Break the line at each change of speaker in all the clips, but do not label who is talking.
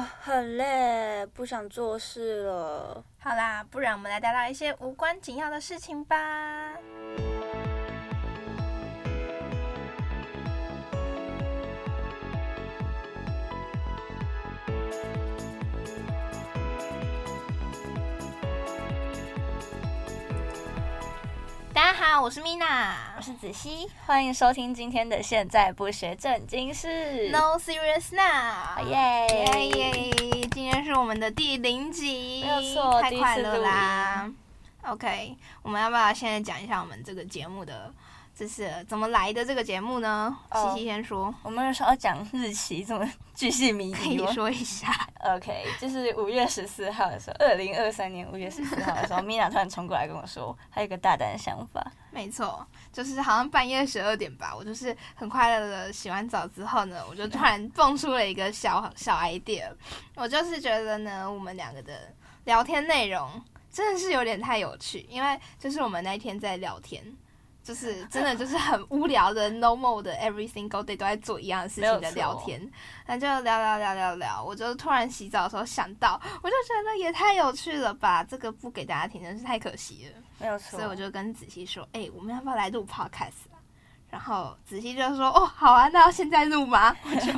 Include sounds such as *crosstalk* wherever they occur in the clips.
很累，不想做事了。
好啦，不然我们来聊聊一些无关紧要的事情吧。大家好，我是米娜
我。是子熙，欢迎收听今天的《现在不学正经事》。
No serious now，
耶
耶耶！今天是我们的第零集，
没有错
太
第一
快
次
乐
录
啦。OK，我们要不要现在讲一下我们这个节目的，这是怎么来的这个节目呢？西
哦
西先说，
我们是要讲日期，这么巨细靡
可
遗
以
吗
说一下。
？OK，就是五月十四号的时候，二零二三年五月十四号的时候，Mina 突然冲过来跟我说，她有一个大胆的想法。
没错，就是好像半夜十二点吧，我就是很快乐的洗完澡之后呢，我就突然蹦出了一个小小 idea。我就是觉得呢，我们两个的聊天内容真的是有点太有趣，因为就是我们那一天在聊天，就是真的就是很无聊的 normal 的 every single day 都在做一样的事
没
情的
有错
聊天，那就聊聊聊聊聊，我就突然洗澡的时候想到，我就觉得也太有趣了吧，这个不给大家听真是太可惜了。
没有错，
所以 *laughs* 我就跟子熙说：“哎、我们要不要来录 podcast 啊？”然后子熙就说：“哦，好啊，那要现在录吗？”我就：“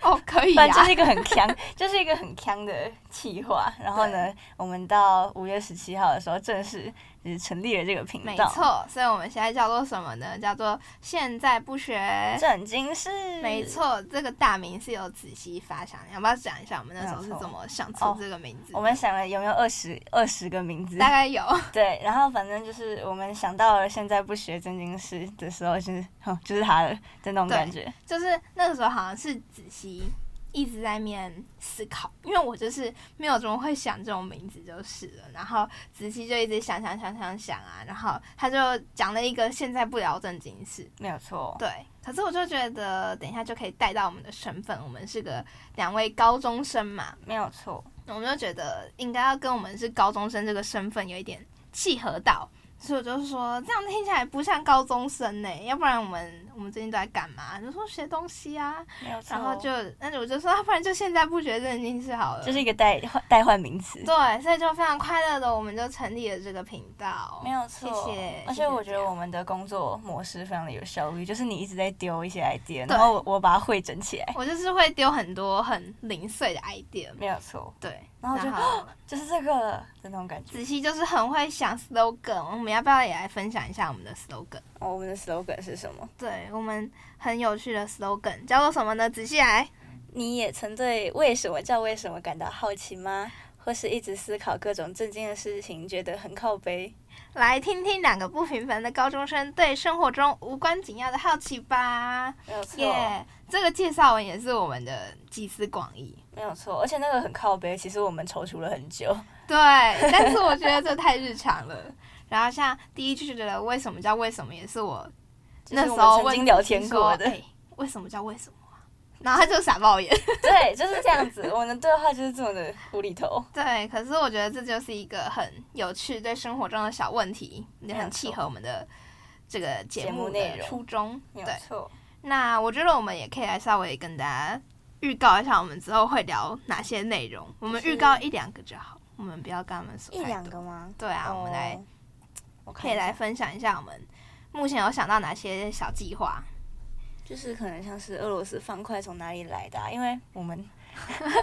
哦，可以
反正就
啊
是。一个很强， *laughs* 就是一个很强的企划。然后呢，我们到五月十七号的时候正式就是成立了这个”频
没
道，
错，所以我们现在叫做什么呢？叫做“现在不学
正经事。”。
没，错，这个大名是由子熙发想的，要不要讲一下我们那时候是
没有错
怎么想出
哦
这个名字的？
我们想了有没有二十二十个名字？
大概有
对，然后反正就是我们想到了现在不学正经事的时候，就是哼，就是他了的那种
对
感觉。
就是那个时候好像是子熙一直在面思考，因为我就是没有怎么会想这种名字就是了。然后子熙就一直想想想想想啊，然后他就讲了一个现在不聊正经事，
没有错，
对。可是我就觉得等一下就可以带到我们的身份，我们是个两位高中生嘛，
没有错，
我们就觉得应该要跟我们是高中生这个身份有一点契合到，所以我就说这样听起来不像高中生呢、要不然我们我们最近都在干嘛？就说学东西啊，
没有错。
然后就那我就说，啊要不然就现在不学正经事好了。
就是一个代换代换名词。
对，所以就非常快乐的，我们就成立了这个频道。
没有错，
谢谢。
而
谢谢
且我觉
大
得
家
我们的工作模式非常的有效率，就是你一直在丢一些 idea，
对
然后我我把它汇整起来。
我就是会丢很多很零碎的 idea，
没有错，
对，
然后我就就是这个了的那种感觉。
*gasps* 子熙就是很会想 slogan，我们要不要也来分享一下我们的 slogan？
哦，我们的 slogan 是什么？
对我们很有趣的 slogan 叫做什么呢？仔细来，
你也曾对为什么叫为什么感到好奇吗？或是一直思考各种震惊的事情，觉得很靠背？
来听听两个不平凡的高中生对生活中无关紧要的好奇吧。
没有错
耶、这个介绍文也是我们的集思广益。
没有错，而且那个很靠背，其实我们踌躇了很久。
*laughs* 对，但是我觉得这太日常了。然后像第一句的为什么叫为什么，也是我
就是
那
我
时
们
候
曾
问
经
自
聊
己
天
说
过的
哎为什么叫为什么啊、然后他就傻爆眼。
*laughs* 对，就是这样子，我们的对话就是这么的无厘头。
对，可是我觉得这就是一个很有趣对生活中的小问题，也
没有
很契
错
合我们的这个节
节目
目
内
的
容
初衷。
没
对
有，错，
那我觉得我们也可以来稍微跟大家预告一下，我们之后会聊哪些内容。我们
就是
预告一两个就好，我们不要跟他们说
一
太
两
多
个吗？
对啊，我们来
哦，我
可以
看一
来
下，
分享一下我们目前有想到哪些小计划。
就是可能像是俄罗斯方块从哪里来的、啊，因为
*laughs*
我们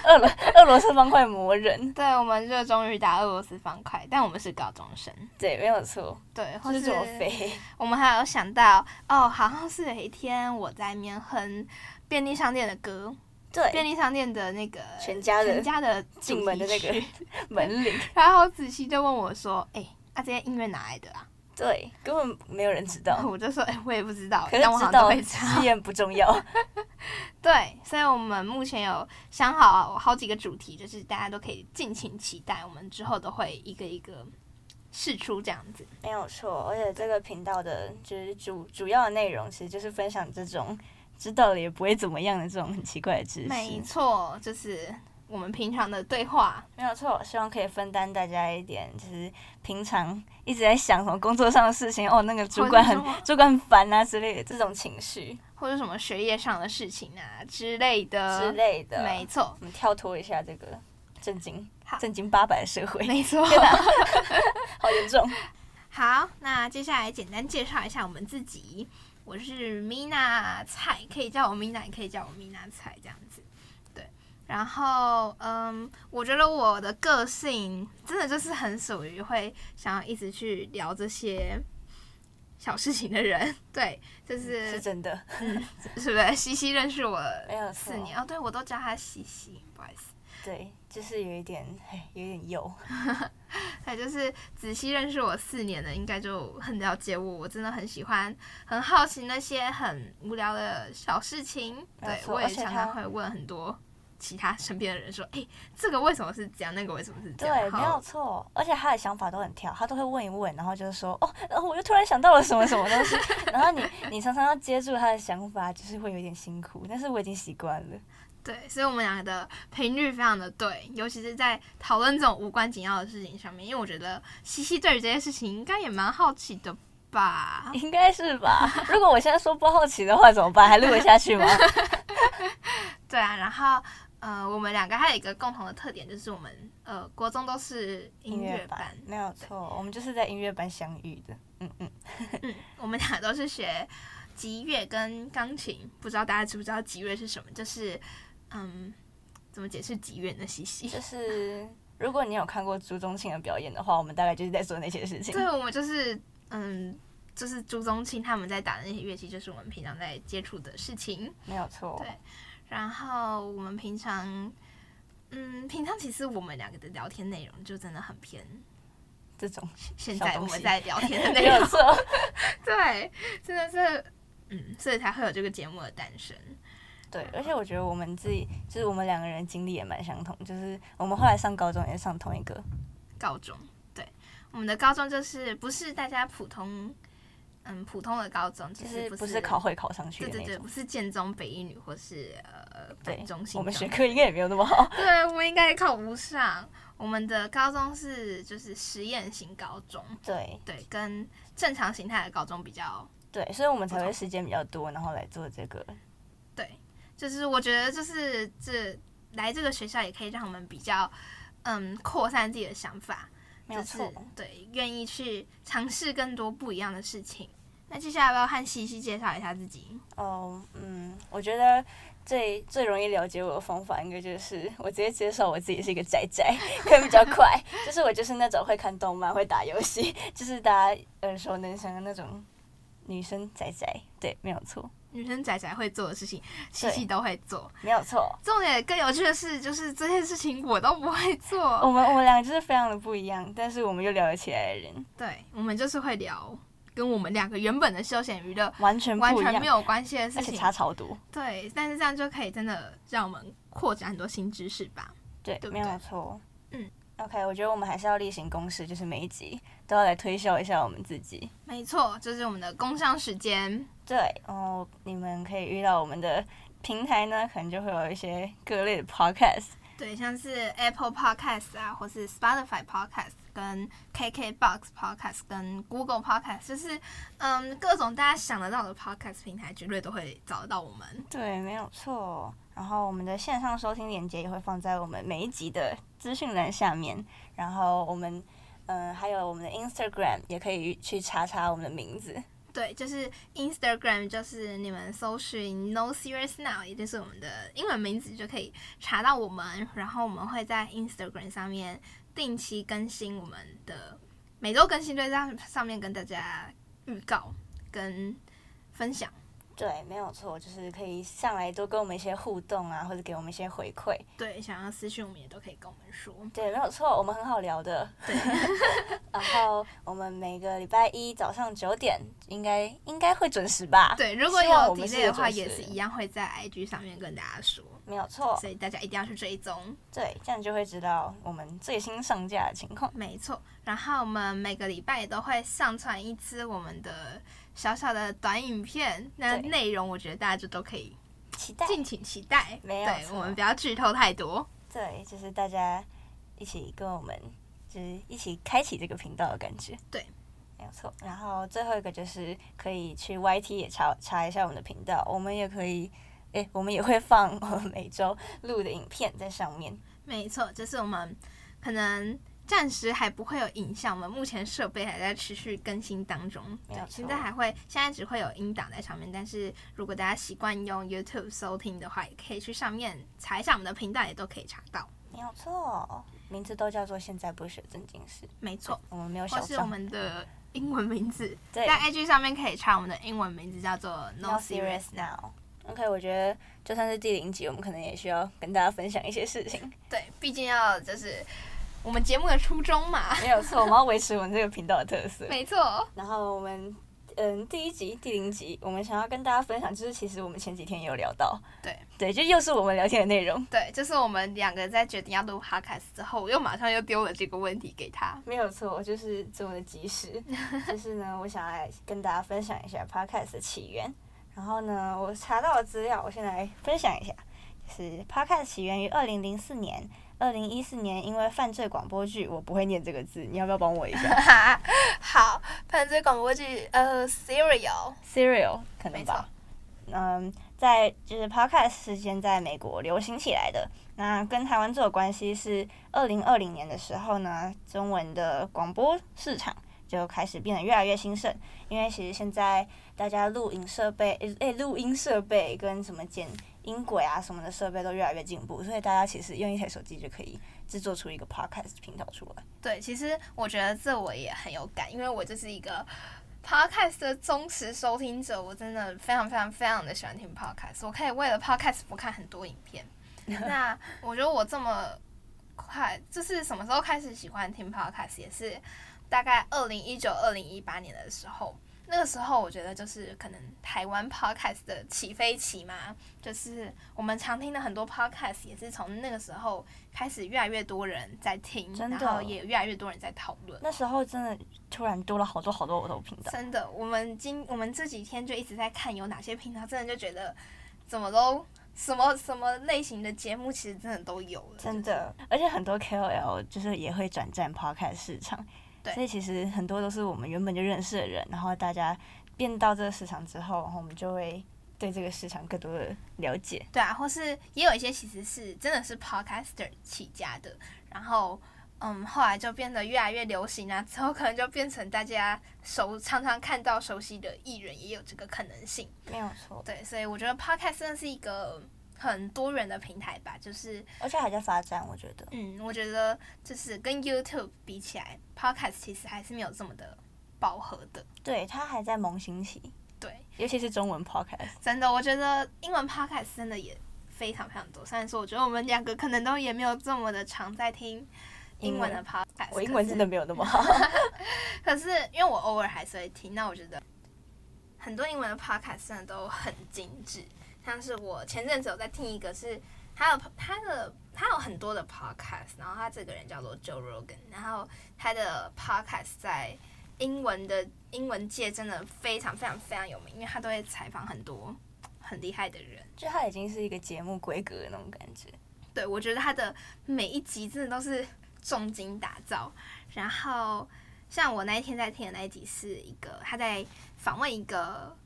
俄罗俄罗斯方块魔人，
对，我们热衷于打俄罗斯方块，但我们是高中生。
对，没有错，
对，或
就是是左飞，
我们还有想到哦，好像是有一天我在面哼便利商店的歌，便
对，
利商店的那个
全家的
全家的主题
进门的那个
*laughs* 曲
门铃，
然后子熙就问我说：“哎、啊，这些音乐哪来的啊
对，根本没有人知？”
然后 *laughs*
道，
我就说：“哎、我也不知道，
可是
但我好
知
像都
道
会唱。
经验不重要，” *laughs*
对，所以我们目前有想好好几个主题，就是大家都可以尽情期待，我们之后都会一个一个试出这样子。
没有错，而且这个频道的就是主主要的内容，其实就是分享这种知道了也不会怎么样的这种很奇怪的知识。
没错，就是我们平常的对话。
没有错，希望可以分担大家一点，就是平常一直在想什么工作上的事情，哦，那个主管很
或者是什么
主管很烦啊之类的这种情绪
或者什么学业上的事情啊之类的
之类的。
没，错，
我们跳脱一下这个震惊
好、
震惊八百的社会，
没错。
*laughs* 好严重。
好，那接下来简单介绍一下我们自己。我是 Mina 菜，可以叫我 Mina，也可以叫我 Mina 菜这样子。对，然后嗯，我觉得我的个性真的就是很属于会想要一直去聊这些小事情的人。对，就是
是真的，
是不是西西认识我
没有错
四年哦，对我都叫他西西，不好意思。
对，就是有一点，哎，有一点油，
对，就是仔细认识我四年的，应该就很了解我。我真的很喜欢，很好奇那些很无聊的小事情。
没
对
错
我也
而且
常
他
常会问很多其他身边的人说：“哎、这个为什么是这样？那个为什么是这样？”
对，
然后
没有错。而且他的想法都很跳，他都会问一问，然后就是说，哦，然后我又突然想到了什么什么
*laughs*
东西，然后你你常常要接住他的想法，就是会有点辛苦，但是我已经习惯了。
对，所以我们两个的频率非常的对，尤其是在讨论这种无关紧要的事情上面，因为我觉得西西对于这些事情应该也蛮好奇的吧。
应该是吧？如果我现在说不好奇的话怎么办？还录得下去吗？
对啊，然后呃，我们两个还有一个共同的特点，就是我们呃国中都是音乐班，
没有错，我们就是在音乐班相遇的。嗯嗯，
嗯，我们俩都是学吉乐跟钢琴，不知道大家知不知道吉乐是什么？就是嗯，怎么解释吉乐呢？西西，
就是如果你有看过朱宗庆的表演的话，我们大概就是在做那些事情。
对，我们就是嗯。就是朱宗庆他们在打的那些乐器，就是我们平常在接触的事情。
没有错
对。然后我们平常，嗯，平常其实我们两个的聊天内容就真的很偏
这种
现
小
在
东
我们
西
在聊天的
*laughs* 没
内容 *laughs*
有。错，
对，真的是，嗯，所以才会有这个节目的诞生。
对。而且我觉得我们自己，就是我们两个人经历也蛮相同，就是我们后来上高中也上同一个，
高中，对，我们的高中就是不是大家普通，嗯，普通的高中，
就
就是不
不是考，会考上去
对
的
对
那
对，
种
不。是建中、北一女或是呃
对
北中心，
我们学科应该也没有那么好。
对，我们应该也考不上。我们的高中是就是实验型高中，
对
*laughs* 对，跟正常形态的高中比较，
对，所以我们才会时间比较多，然后来做这个。
对，就是我觉得就是这来这个学校也可以让我们比较，嗯，扩散自己的想法，
没
就
有
是
错。
对，愿意去尝试更多不一样的事情。那接下来要不要和西西介绍一下自己？
哦，嗯，我觉得最最容易了解我的方法，应该就是我直接接受我自己是一个宅宅，可能比较快。就是我就是那种会看动漫、会打游戏，就是大家耳熟能详的那种女生宅宅。对，没有错，
女生仔仔会做的事情，西西都会做。
没有错。
重点更有趣的是，就是这些事情我都不会做。
我们我们两个就是非常的不一样，但是我们又聊得起来的人，
对，我们就是会聊跟我们两个原本的休闲娱乐
完全
完
不一
全
样
没，有关系的事
而且
情。
差超多。
对，但是这样就可以真的让我们扩展很多新知识吧。
对，
对不
没有
对
错。
嗯
，OK，我觉得我们还是要例行公事，就是每一集都要来推销一下我们自己。
没错，这、是我们的工商时间。
对，然后你们可以遇到我们的平台呢，可能就会有一些各类的 podcast。
对，像是 Apple Podcast 啊，或是 Spotify Podcast、跟 KKBox Podcast、跟 Google Podcast，就是嗯各种大家想得到的 Podcast 平台，绝对都会找得到我们。
对，没有错。然后我们的线上收听链接也会放在我们每一集的资讯栏下面。然后我们，嗯、还有我们的 Instagram 也可以去查查我们的名字。
对，就是 Instagram，就是你们搜寻 No Serious Now，也就是我们的英文名字，就可以查到我们。然后我们会在 Instagram 上面定期更新我们的每周更新，就在上上面跟大家预告跟分享。
对，没有错，就是可以上来多跟我们一些互动啊，或者给我们一些回馈。
对，想要私讯我们也都可以跟我们说。
对，没有错，我们很好聊的。 *laughs* 然后我们每个礼拜一早上九点应该应该会准时吧？
对，如果
希望
有
我们
delay
是
的话，
准
也
时
是一样会在 IG 上面跟大家说，
没有错，
所以大家一定要去追踪。
对，这样就会知道我们最新上架的情况。
没错，然后我们每个礼拜也都会上传一支我们的小小的短影片，那
对
内容我觉得大家就都可以
期待，
敬请期待。
没有
对，
错
我们不要剧透太多。
对，就是大家一起跟我们，就是一起开启这个频道的感觉。
对，
没有错。然后最后一个就是可以去 YT 也查查一下我们的频道，我们也可以，诶、我们也会放我们每周录的影片在上面。
没错，就是我们可能暂时还不会有影像，我们目前设备还在持续更新当中。
没有，
对
错
现在还会，现在只会有音档在上面，但是如果大家习惯用 YouTube 收听的话，也可以去上面查一下我们的频道，也都可以查到。
没有错，名字都叫做现在不学正经事，
没错，
我们没有
或
小
是我
账。
们的英文名字，
对
在 IG 上面可以查我们的英文名字叫做
，No
No Serious
serious
Now。
now。OK，我觉得就算是第零集，我们可能也需要跟大家分享一些事情。
对，毕竟要就是我们节目的初衷嘛。
*laughs*
*laughs*
没有错，我们要维持我们这个频道的特色。
没错，
然后我们嗯第一集第零集，我们想要跟大家分享，就是其实我们前几天也有聊到，
对
对，就又是我们聊天的内容，
对，就是我们两个在决定要录 podcast 之后，我又马上又丢了这个问题给他。
没有错，就是这么的及
*laughs*
时。就是呢，我想来跟大家分享一下 podcast 的起源。然后呢，我查到的资料，我先来分享一下，就是 podcast 起源于二零零四年。二零一四年，因为犯罪广播剧，我不会念这个字，你要不要帮我一
*laughs*
下
好，犯罪广播剧呃 Serial，
？Serial 可能
没错
吧。嗯，在就是 podcast 事件在美国流行起来的。那跟台湾最有关系是二零二零年的时候呢，中文的广播市场就开始变得越来越兴盛。因为其实现在大家录影设备，诶、诶录音设备跟什么剪音轨啊什么的设备都越来越进步，所以大家其实用一台手机就可以制作出一个 podcast 频道出来。
对，其实我觉得这我也很有感，因为我就是一个 podcast 的忠实收听者，我真的非常非常非常的喜欢听 podcast，我可以为了 podcast 不看很多影
*laughs*
片。那我觉得我这么快，就是什么时候开始喜欢听 podcast，也是大概二零一九、二零一八年的时候。那个时候，我觉得就是可能台湾 podcast 的起飞期嘛，就是我们常听的很多 podcast 也是从那个时候开始，越来越多人在听，
真的
然后也越来越多人在讨论。
那时候真的突然多了好多好多我的频道，
真的，我们今我们这几天就一直在看有哪些频道，真的就觉得怎么都什么什么类型的节目，其实真的都有了。
真的，而且很多 KOL 就是也会转战 podcast 市场，
对
所以其实很多都是我们原本就认识的人，然后大家变到这个市场之后，然后我们就会对这个市场更多的了解。
对啊，或是也有一些其实是真的是 podcaster 起家的，然后嗯，后来就变得越来越流行啊，之后可能就变成大家熟常常看到熟悉的艺人，也有这个可能性。
没有错，
对，所以我觉得 podcast 真的是一个很多元的平台吧，就是
而且还在发展，我觉得。
嗯，我觉得就是跟 YouTube 比起来，podcast 其实还是没有这么的饱和的。
对，它还在萌兴起，
对，
尤其是中文 podcast。
真的，我觉得英文 podcast 真的也非常非常多。虽然说，我觉得我们两个可能都也没有这么的常在听英文的 podcast，
嗯我英文真的没有那么好，
可是，可是因为我偶尔还是会听，那我觉得很多英文的 podcast 真的都很精致。像是我前阵子有在听一个是他的他的他有很多的 podcast，然后他这个人叫做 Joe Rogan，然后他的 podcast 在英文的英文界真的非常非常非常有名，因为他都会采访很多很厉害的人。
*laughs* 就它已经是一个节目规格的那种感觉。
对，我觉得他的每一集真的都是重金打造。然后，像我那一天在听的那一集是一个他在访问一个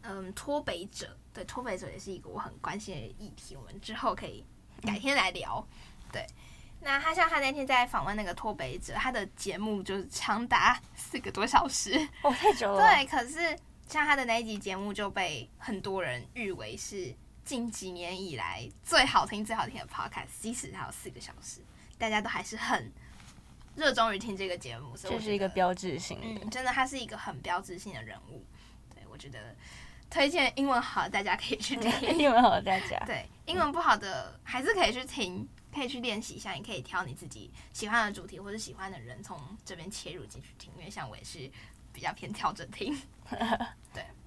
嗯脱北者，对，脱北者也是一个我很关心的议题，我们之后可以改天来聊。对，那他像他那天在访问那个脱北者，他的节目就是长达四个多小时。
哦，太久了。，
对，可是像他的那一集节目就被很多人誉为是近几年以来最好听、最好听的 podcast，即使它有四个小时，大家都还是很热衷于听这个节目，所以我
就
觉
是一个
得
标志性的。
嗯，真的，他是一个很标志性的人物。对，我觉得推荐英文好，大家可以去
*laughs*
听。 *laughs*
英文好，大家。
对，英文不好的还是可以去听，可以去练习一下，你可以挑你自己喜欢的主题或者喜欢的人，从这边切入进去听。因为像我也是比较偏挑着听。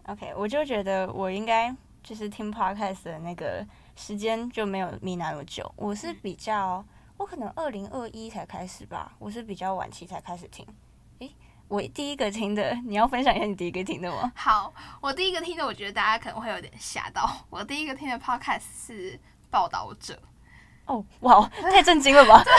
OK，我就觉得我应该就是听 podcast 的那个时间就没有米娜那么久，我是比较，我可能二零二一才开始吧，我是比较晚期才开始听。诶，我第一个听的，你要分享一下你第一个听的吗？
好，我第一个听的，我觉得大家可能会有点吓到。我第一个听的 podcast 是《报道者》，
哦，哇，太震惊了吧？ *laughs*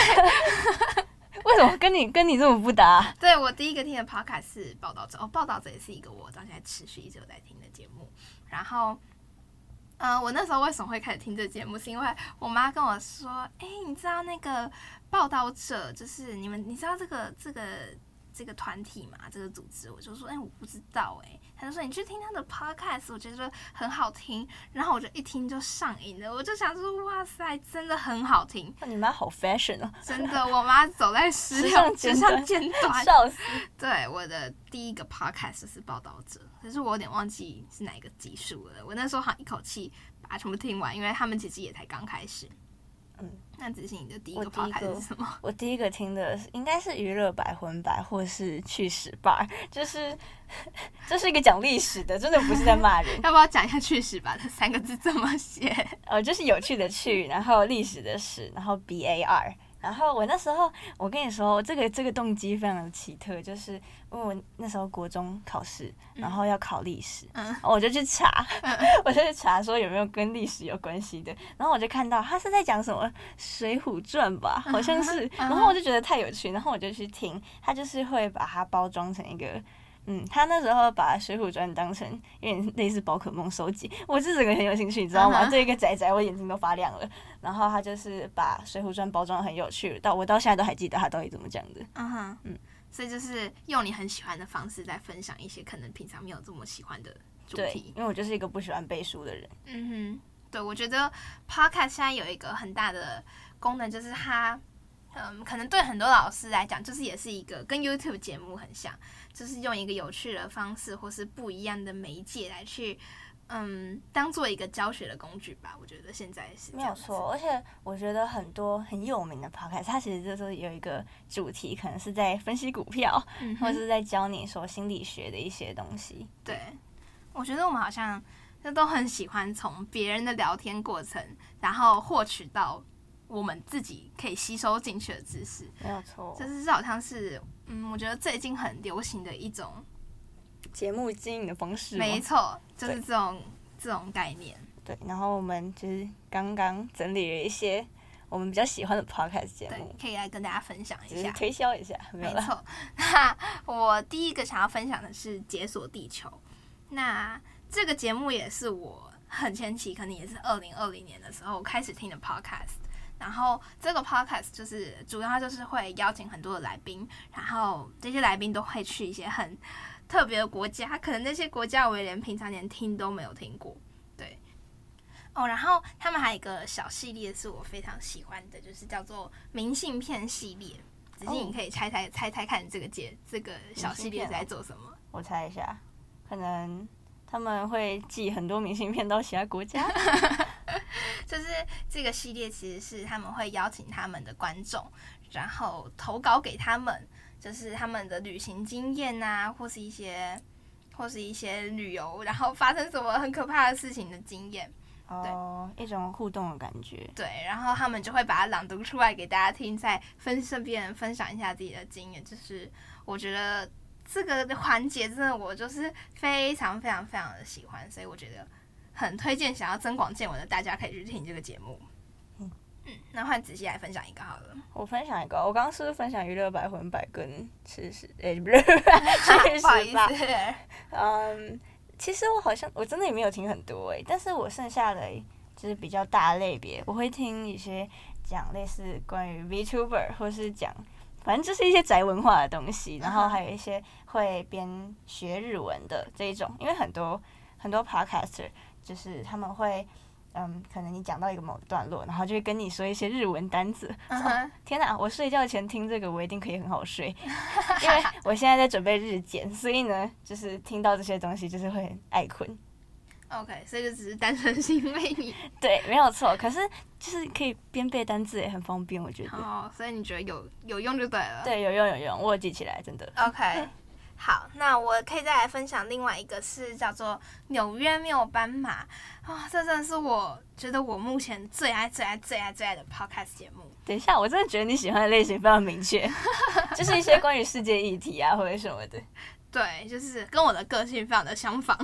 为什么跟你跟你这么不搭啊、
对我第一个听的 podcast 是《报道者》，哦，《报道者》也是一个我到现在持续一直有在听的节目。然后，嗯、我那时候为什么会开始听这节目，是因为我妈跟我说：“哎，你知道那个《报道者》就是你们，你知道这个这个这个团体嘛，这个组织？”我就说：“哎，我不知道。”哎，她就说：“你去听他的 podcast，我觉得很好听。”然后我就一听就上瘾了，我就想说：“哇塞，真的很好听！
哦你妈好 fashion 哦，
真的，我妈走在时
时尚
尚时
尖
尚
端
尖
*laughs*
端。”
笑死！
对，我的第一个 podcast 就是《报道者》，可是我有点忘记是哪一个集数了。我那时候好像一口气把它全部听完，因为他们其实也才刚开始。
嗯，
那只是你的第一
我
个
第一个
podcast 是什么？。
我第一个听的是应该是娱乐百魂百或是去屎吧，就是 *laughs* 这是一个讲历史的，真的不是在骂人
要不要讲一下“去史吧”这三个字怎么写？
呃，就是有趣的趣，然后历史的史，然后 B A R。然后我那时候，我跟你说，这个这个动机非常的奇特，就是因为我那时候国中考试，然后要考历史，
嗯
然后我就去查， *laughs* 我就去查说有没有跟历史有关系的，然后我就看到他是在讲什么《水浒传》吧，好像是，然后我就觉得太有趣，然后我就去听，他就是会把它包装成一个嗯，他那时候把《水浒传》当成有点类似宝可梦收集，我是整个很有兴趣，你知道吗
嗯哼
这一个仔仔，我眼睛都发亮了。然后他就是把《水浒传》包装得很有趣，到我到现在都还记得他到底怎么讲的。
嗯哼，
嗯
所以就是用你很喜欢的方式在分享一些可能平常没有这么喜欢的主
对，
题
因。为我就是一个不喜欢背书的人。
嗯哼，对，我觉得 podcast 现在有一个很大的功能，就是它，嗯，可能对很多老师来讲，就是也是一个跟 YouTube 节目很像，就是用一个有趣的方式或是不一样的媒介来去，嗯，当做一个教学的工具吧。我觉得现在是这
没
样
有
子
错，，而且我觉得很多很有名的 podcast，它其实就是有一个主题，可能是在分析股票，
嗯
或
哼
者是在教你说心理学的一些东西。
对，我觉得我们好像就都很喜欢从别人的聊天过程，然后获取到我们自己可以吸收进去的知识。
没有错
这，是好像是，嗯，我觉得最近很流行的一种，
节目经营的方式吗
没错，就是
对
这种这种概念。
对，然后我们就是刚刚整理了一些我们比较喜欢的 podcast 节
对
目，，
可以来跟大家分享
只哦
一
是
下。
推销一下，没有
没
了。 *laughs*
错，那我第一个想要分享的是《解锁地球》，那这个节目也是我很前期，可能也是二零二零年的时候开始听的 podcast。然后这个 podcast 就是主要就是会邀请很多的来宾，然后这些来宾都会去一些很特别的国家，可能那些国家我也连平常连听都没有听过。对，哦，然后他们还有一个小系列是我非常喜欢的，就是叫做明信片系列。只是你可以猜猜猜猜看，这个节这个小系列是在做什么？
我猜一下，可能他们会寄很多明信片到其他国
*laughs*
家。
就是这个系列其实是他们会邀请他们的观众，然后投稿给他们，就是他们的旅行经验啊，或是一些或是一些旅游，然后发生什么很可怕的事情的经验。
哦，一种互动的感觉。
对，然后他们就会把它朗读出来给大家听，再分顺便分享一下自己的经验。就是我觉得这个环节真的我就是非常非常非常的喜欢，所以我觉得很推荐想要增广见闻的大家可以去听这个节目。
嗯
嗯，那换子熙来分享一个好了。
我分享一个，我刚刚是不是分享娱乐百分百跟吃屎？哎、不是， *laughs* *laughs* 确
不好意
实吧。
思，
嗯，其实我好像我真的也没有听很多诶、欸但是我剩下的就是比较大类别，我会听一些讲类似关于 VTuber 或是讲。反正就是一些宅文化的东西，然后还有一些会边学日文的这一种，因为很多很多 podcaster 就是他们会，嗯，可能你讲到一个某段落，然后就会跟你说一些日文单词，
嗯哼，
天哪！我睡觉前听这个，我一定可以很好睡， *laughs* 因为我现在在准备日检，所以呢，就是听到这些东西，就是会很爱困。
OK，所以就只是单纯是因为你
*laughs* 对，没有错。可是就是可以边背单字也很方便，我觉得。
哦，所以你觉得有有用就对了。
对，有用有用，我有记起来，真的。
OK，好，那我可以再来分享另外一个是叫做《纽约没有斑马》啊、这真的是我觉得我目前最爱最爱最爱最爱的 podcast 节目。
等一下，我真的觉得你喜欢的类型非常明确， *laughs* 就是一些关于世界议题啊或者什么的。
对，就是跟我的个性非常的 *laughs* 相仿。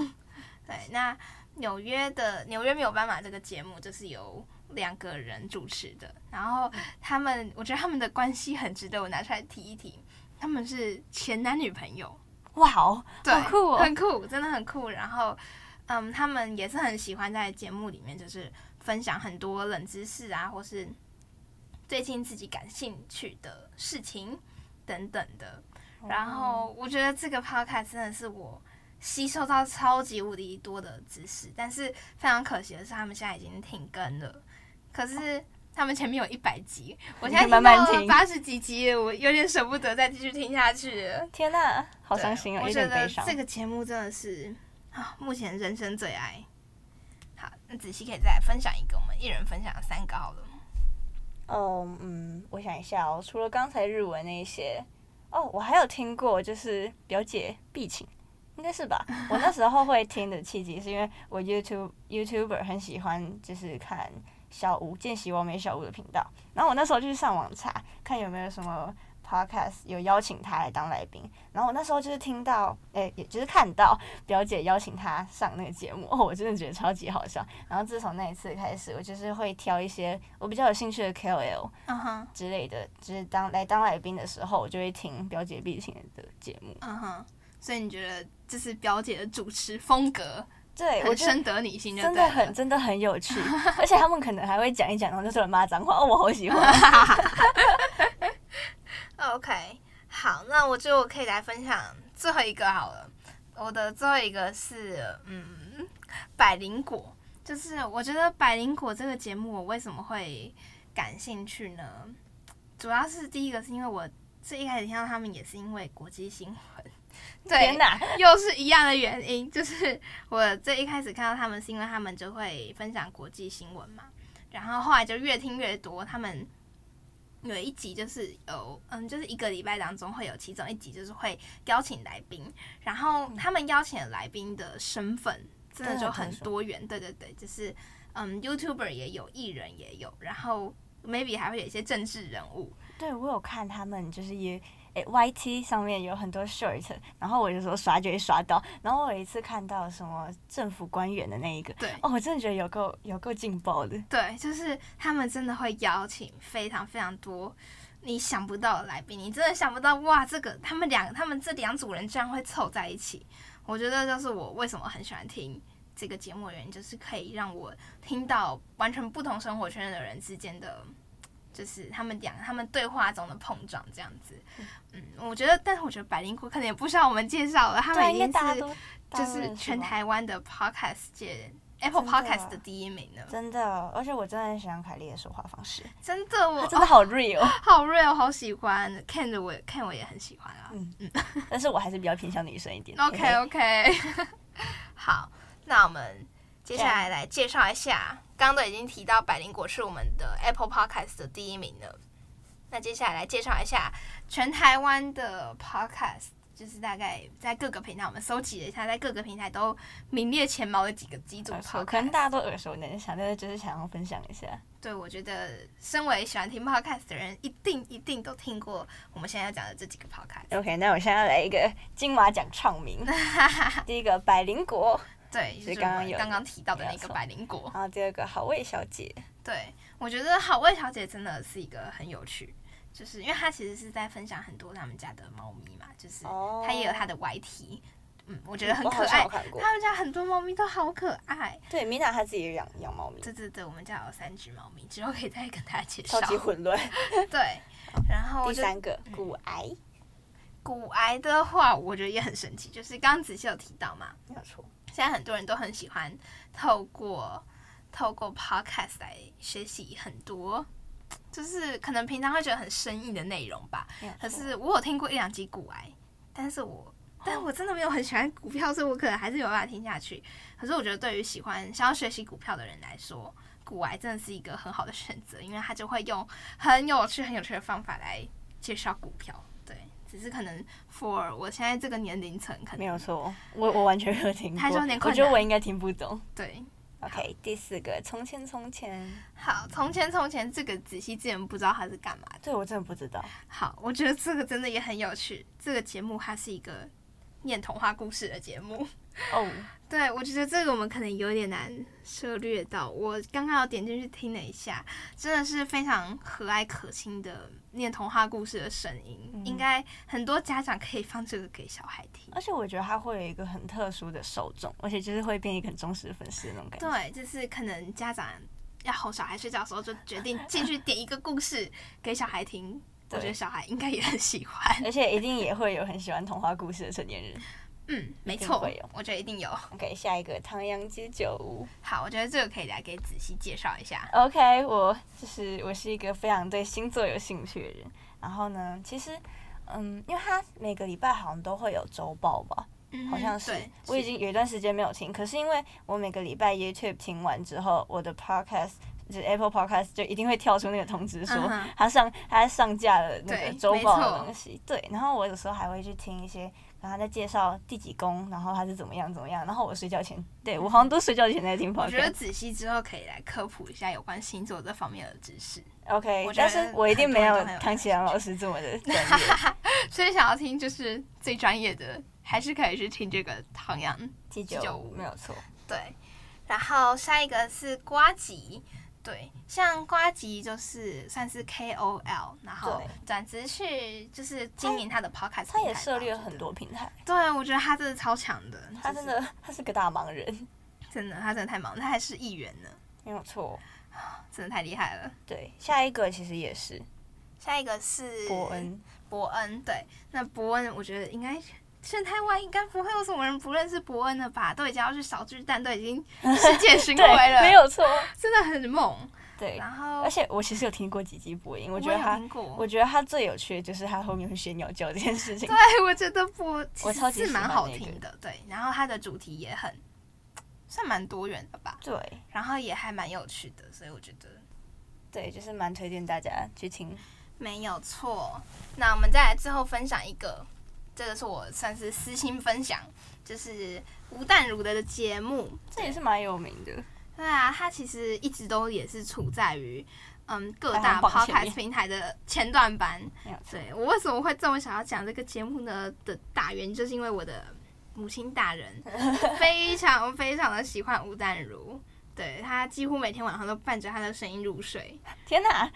对，那纽约的《纽约没有斑马》这个节目，就是由两个人主持的，然后他们，我觉得他们的关系很值得我拿出来提一提。他们是前男女朋友，
哇哦，
对，
好酷哦！
很酷，真的很酷。然后，嗯，他们也是很喜欢在节目里面就是分享很多冷知识啊，或是最近自己感兴趣的事情等等的。
哦
然后我觉得这个 podcast 真的是我吸收到超级无敌多的知识，但是非常可惜的是，他们现在已经停更了。可是他们前面有一百集，我现在
你慢慢听
八十几集了，我有点舍不得再继续听下去了。
天呐、好
对啊
伤心哦，
我
有
觉
点
得
悲伤。
这个节目真的是啊，目前人生最爱。好，那子熙可以再来分享一个，我们一人分享三个好了。
哦，嗯，我想一下哦，除了刚才日文那一些，哦，我还有听过，就是表姐必请，应该是吧？我那时候会听的契机是因为我 YouTube YouTuber 很喜欢，就是看小吴见习完美小吴的频道，然后我那时候就去上网查看有没有什么 podcast 有邀请他来当来宾，然后我那时候就是听到，哎、也就是看到表姐邀请他上那个节目，哦，我真的觉得超级好笑。然后自从那一次开始，我就是会挑一些我比较有兴趣的 KOL
嗯哼，
之类的，就是当来当来宾的时候，我就会听表姐必听的节目。
嗯哼。所以你觉得这是表姐的主持风格
对，我
很
觉得
深得你心，就
真
对
的
了
很真的很有趣，而且他们可能还会讲一讲，然后就突然骂脏话，哦，我好喜欢。
OK，好，那我觉得我可以来分享最后一个好了。我的最后一个是嗯，百灵果，就是我觉得百灵果这个节目我为什么会感兴趣呢？主要是第一个是因为我最一开始听到他们也是因为国际新闻， *laughs* 对
天，哪，
*laughs* 又是一样的原因，就是我最一开始看到他们是因为他们就会分享国际新闻嘛，然后后来就越听越多，他们有一集就是有，嗯，就是一个礼拜当中会有其中一集就是会邀请来宾，然后他们邀请的来宾的身份真的就很多元，对对对，就是嗯，YouTuber 也有，艺人也有，然后 maybe 还会有一些政治人物，
对我有看他们，就是也。诶 y t 上面有很多 short，然后我有时候刷就会刷到，然后我有一次看到什么政府官员的那一个，
对
哦，我真的觉得有够有够劲爆的，
对，就是他们真的会邀请非常非常多你想不到的来宾，你真的想不到哇，这个他们两他们这两组人居然会凑在一起，我觉得就是我为什么很喜欢听这个节目的原因，就是可以让我听到完全不同生活圈的人之间的。就是他们两他们对话中的碰撞这样子，嗯，我觉得，但是我觉得百灵果可能也不需要我们介绍了，他
对啊，
们已
应该
经
大家
是
都大
就
家都
是
认识
全
吧
台湾的 podcast 界 Apple
真的
Podcast 的第一名呢，
真的，而且我真的很喜欢凯莉的说话方式，
真的我
她真的好 real，、 *laughs*
好 real，好喜欢看着我看我也很喜欢啊。
嗯但是我还是比较偏向女生一点。
OK OK，好，那我们接下来来介绍一下，刚刚都已经提到百灵果是我们的 Apple Podcast 的第一名了。那接下来来介绍一下全台湾的 Podcast，就是大概在各个平台，我们搜集了一下，在各个平台都名列前茅的几个几组
耳
Podcast。
熟，可能大家都耳熟能详，但是就是想要分享一下。
对，我觉得身为喜欢听 Podcast 的人，一定一定都听过我们现在要讲的这几个 Podcast。
OK，那我现在来一个金马奖唱
*laughs*
名，第一个百灵果，
对，
是
就是
刚
刚
刚
刚
有
刚刚提到的
没有
那个
错
百灵果。
然后第二个好味小姐，
对，我觉得好味小姐真的是一个很有趣，就是因为她其实是在分享很多他们家的猫咪嘛，就是
哦
她也有她的 YT，嗯，我觉得很
我好
可
像
爱
有。看过。
他们家很多猫咪都好可爱，
对，米娜她自己也养养猫咪，
对对对，我们家有三只猫咪，之后可以再跟大家介绍
超。级混乱。
对，然哦后我
第
觉得嗯
三个骨癌，
骨癌的话，我觉得也很神奇，就是刚刚子熙有提到嘛，
没有错。
现在很多人都很喜欢透过透过 podcast 来学习很多，就是可能平常会觉得很生硬的内容吧。
没有
可
错
是我有听过一两集股癌，但是我但我真的没有很喜欢股票，所以我可能还是没有办法听下去。可是我觉得对于喜欢想要学习股票的人来说，股癌真的是一个很好的选择，因为他就会用很有趣、很有趣的方法来介绍股票。对，只是可能 for 我现在这个年龄层，可能
没有错，我我完全没有听过，
还是有点
我
困
觉得
难
我应该听不懂。
对。
OK，第四个从前从前，
好，从前从前这个子熙之前不知道它是干嘛的。
对我真的不知道。
好，我觉得这个真的也很有趣。这个节目它是一个念童话故事的节目。
哦，
对，我觉得这个我们可能有点难涉略到。我刚刚有点进去听了一下，真的是非常和蔼可亲的念童话故事的声音，
嗯
应该很多家长可以放这个给小孩听。
而且我觉得他会有一个很特殊的受众，而且就是会变一个很忠实的粉丝的那种感觉。
对，啊就是可能家长要哄小孩睡觉的时候，就决定进去点一个故事给小孩听。我
对
觉得小孩应该也很喜欢。
而且一定也会有很喜欢童话故事的成年人。
嗯，没
一定
错
会有，
我觉得一定有。
OK，下一个唐扬鸡酒屋。
好，我觉得这个可以来给仔细介绍一下。
OK，我就是我是一个非常对星座有兴趣的人。然后呢，其实，嗯，因为他每个礼拜好像都会有周报吧，
嗯
好像是
对。
我已经有一段时间没有听，可是因为我每个礼拜 YouTube 听完之后，我的 Podcast 就是 Apple Podcast 就一定会跳出那个通知说
嗯哼
它上它上架了那
对
个周报
没
的
错
东西。对，然后我有时候还会去听一些。然后他在介绍第几宫，然后他是怎么样怎么样，然后我睡觉前，对我好像都睡觉前在听 podcast。
我觉得子熙之后可以来科普一下有关星座这方面的知识，
OK，
我觉
但
得
是我一定
很
没
多人
有
都很有
唐
兴
启阳
趣
老师这么的
*laughs*
专业。
所以想要听就是最专业的，还是可以去听这个唐阳
鸡
酒
酒
屋
没有错，
对，然后下一个是瓜吉，对，像瓜吉就是算是 KOL，然后
对
转职去就是经营他的 podcast，
他也
平台
涉
吧
猎
我
了
觉
很
得
多平台，
对，我觉得他真的超强的，
他
就
真
是
的他是个大忙人，
真的他真的太忙了，他还是议员呢，
没有错。
真的太厉害了。
对，下一个其实也是
下一个是
伯，恩，
伯恩对，那伯恩我觉得应该。全台湾应该不会有什么人不认识伯恩了吧？都已经要去小巨蛋，都已
*laughs*
经世界巡回了，
对，没有错，
真的很猛。
对。
然后
而且我其实有听过几集播音，我觉得
有
他，
听过
我觉得他最有趣的就是他后面会学鸟叫这件事情。
对，我觉得播其
我超级
实是
喜
蛮
欢
好
那个
听的，对。然后它的主题也很算蛮多元的吧，
对
然后也还蛮有趣的，所以我觉得
对，就是蛮推荐大家去听。
没有错。那我们再来最后分享一个，这个是我算是私心分享，就是吴淡如的节目，
这也是蛮有名的，
对啊，他其实一直都也是处在于嗯各大
排行榜前
podcast
面
平台的前段班。
没有错。
对我为什么会这么想要讲这个节目呢？的大原因就是因为我的母亲大
*laughs*
人非常非常的喜欢吴淡如，对她几乎每天晚上都伴着她的声音入睡，
天哪，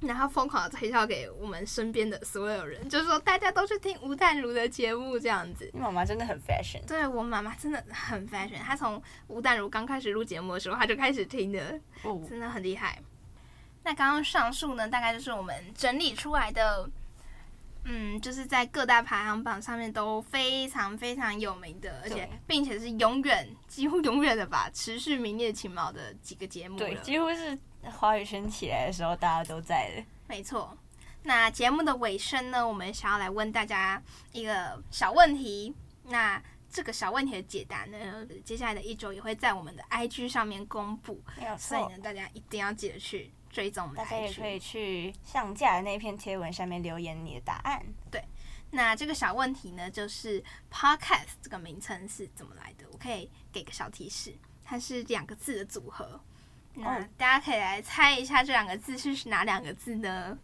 然后疯狂的推销给我们身边的所有人，就是说大家都去听吴淡如的节目这样子。
你妈妈真的很 fashion。
对我妈妈真的很 fashion，她从吴淡如刚开始录节目的时候，她就开始听的，
哦，
真的很厉害。那刚刚上述呢，大概就是我们整理出来的，嗯，就是在各大排行榜上面都非常非常有名的，而且
对
并且是永远几乎永远的吧，持续名列前茅的几个节目
对，
了。
几乎是华语圈起来的时候，大家都在的。
没错。那节目的尾声呢，我们想要来问大家一个小问题。那这个小问题的解答呢，接下来的一周也会在我们的 IG 上面公布，
没有
所以
错
呢，，大家一定要记得去追踪我们的
大
IG。
家也可以去上架的那篇贴文下面留言你的答案。
那这个小问题呢，就是 podcast 这个名称是怎么来的？我可以给个小提示，它是两个字的组合。那
哦
大家可以来猜一下这两个字是哪两个字呢？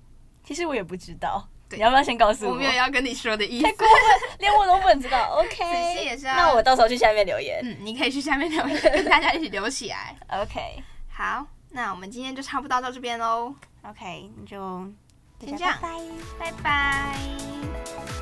其实我也不知道，
对
你要不要先告诉
我没有要跟你说的意思。
*laughs* 连我都不知道。
仔细也
OK，
是要啊
那我到时候去下面留言。
嗯，你可以去下面留言，跟大家一起留起来。
OK
好，那我们今天就差不多到这边喽，
OK，那就大
先
家
这样
拜拜。
拜拜。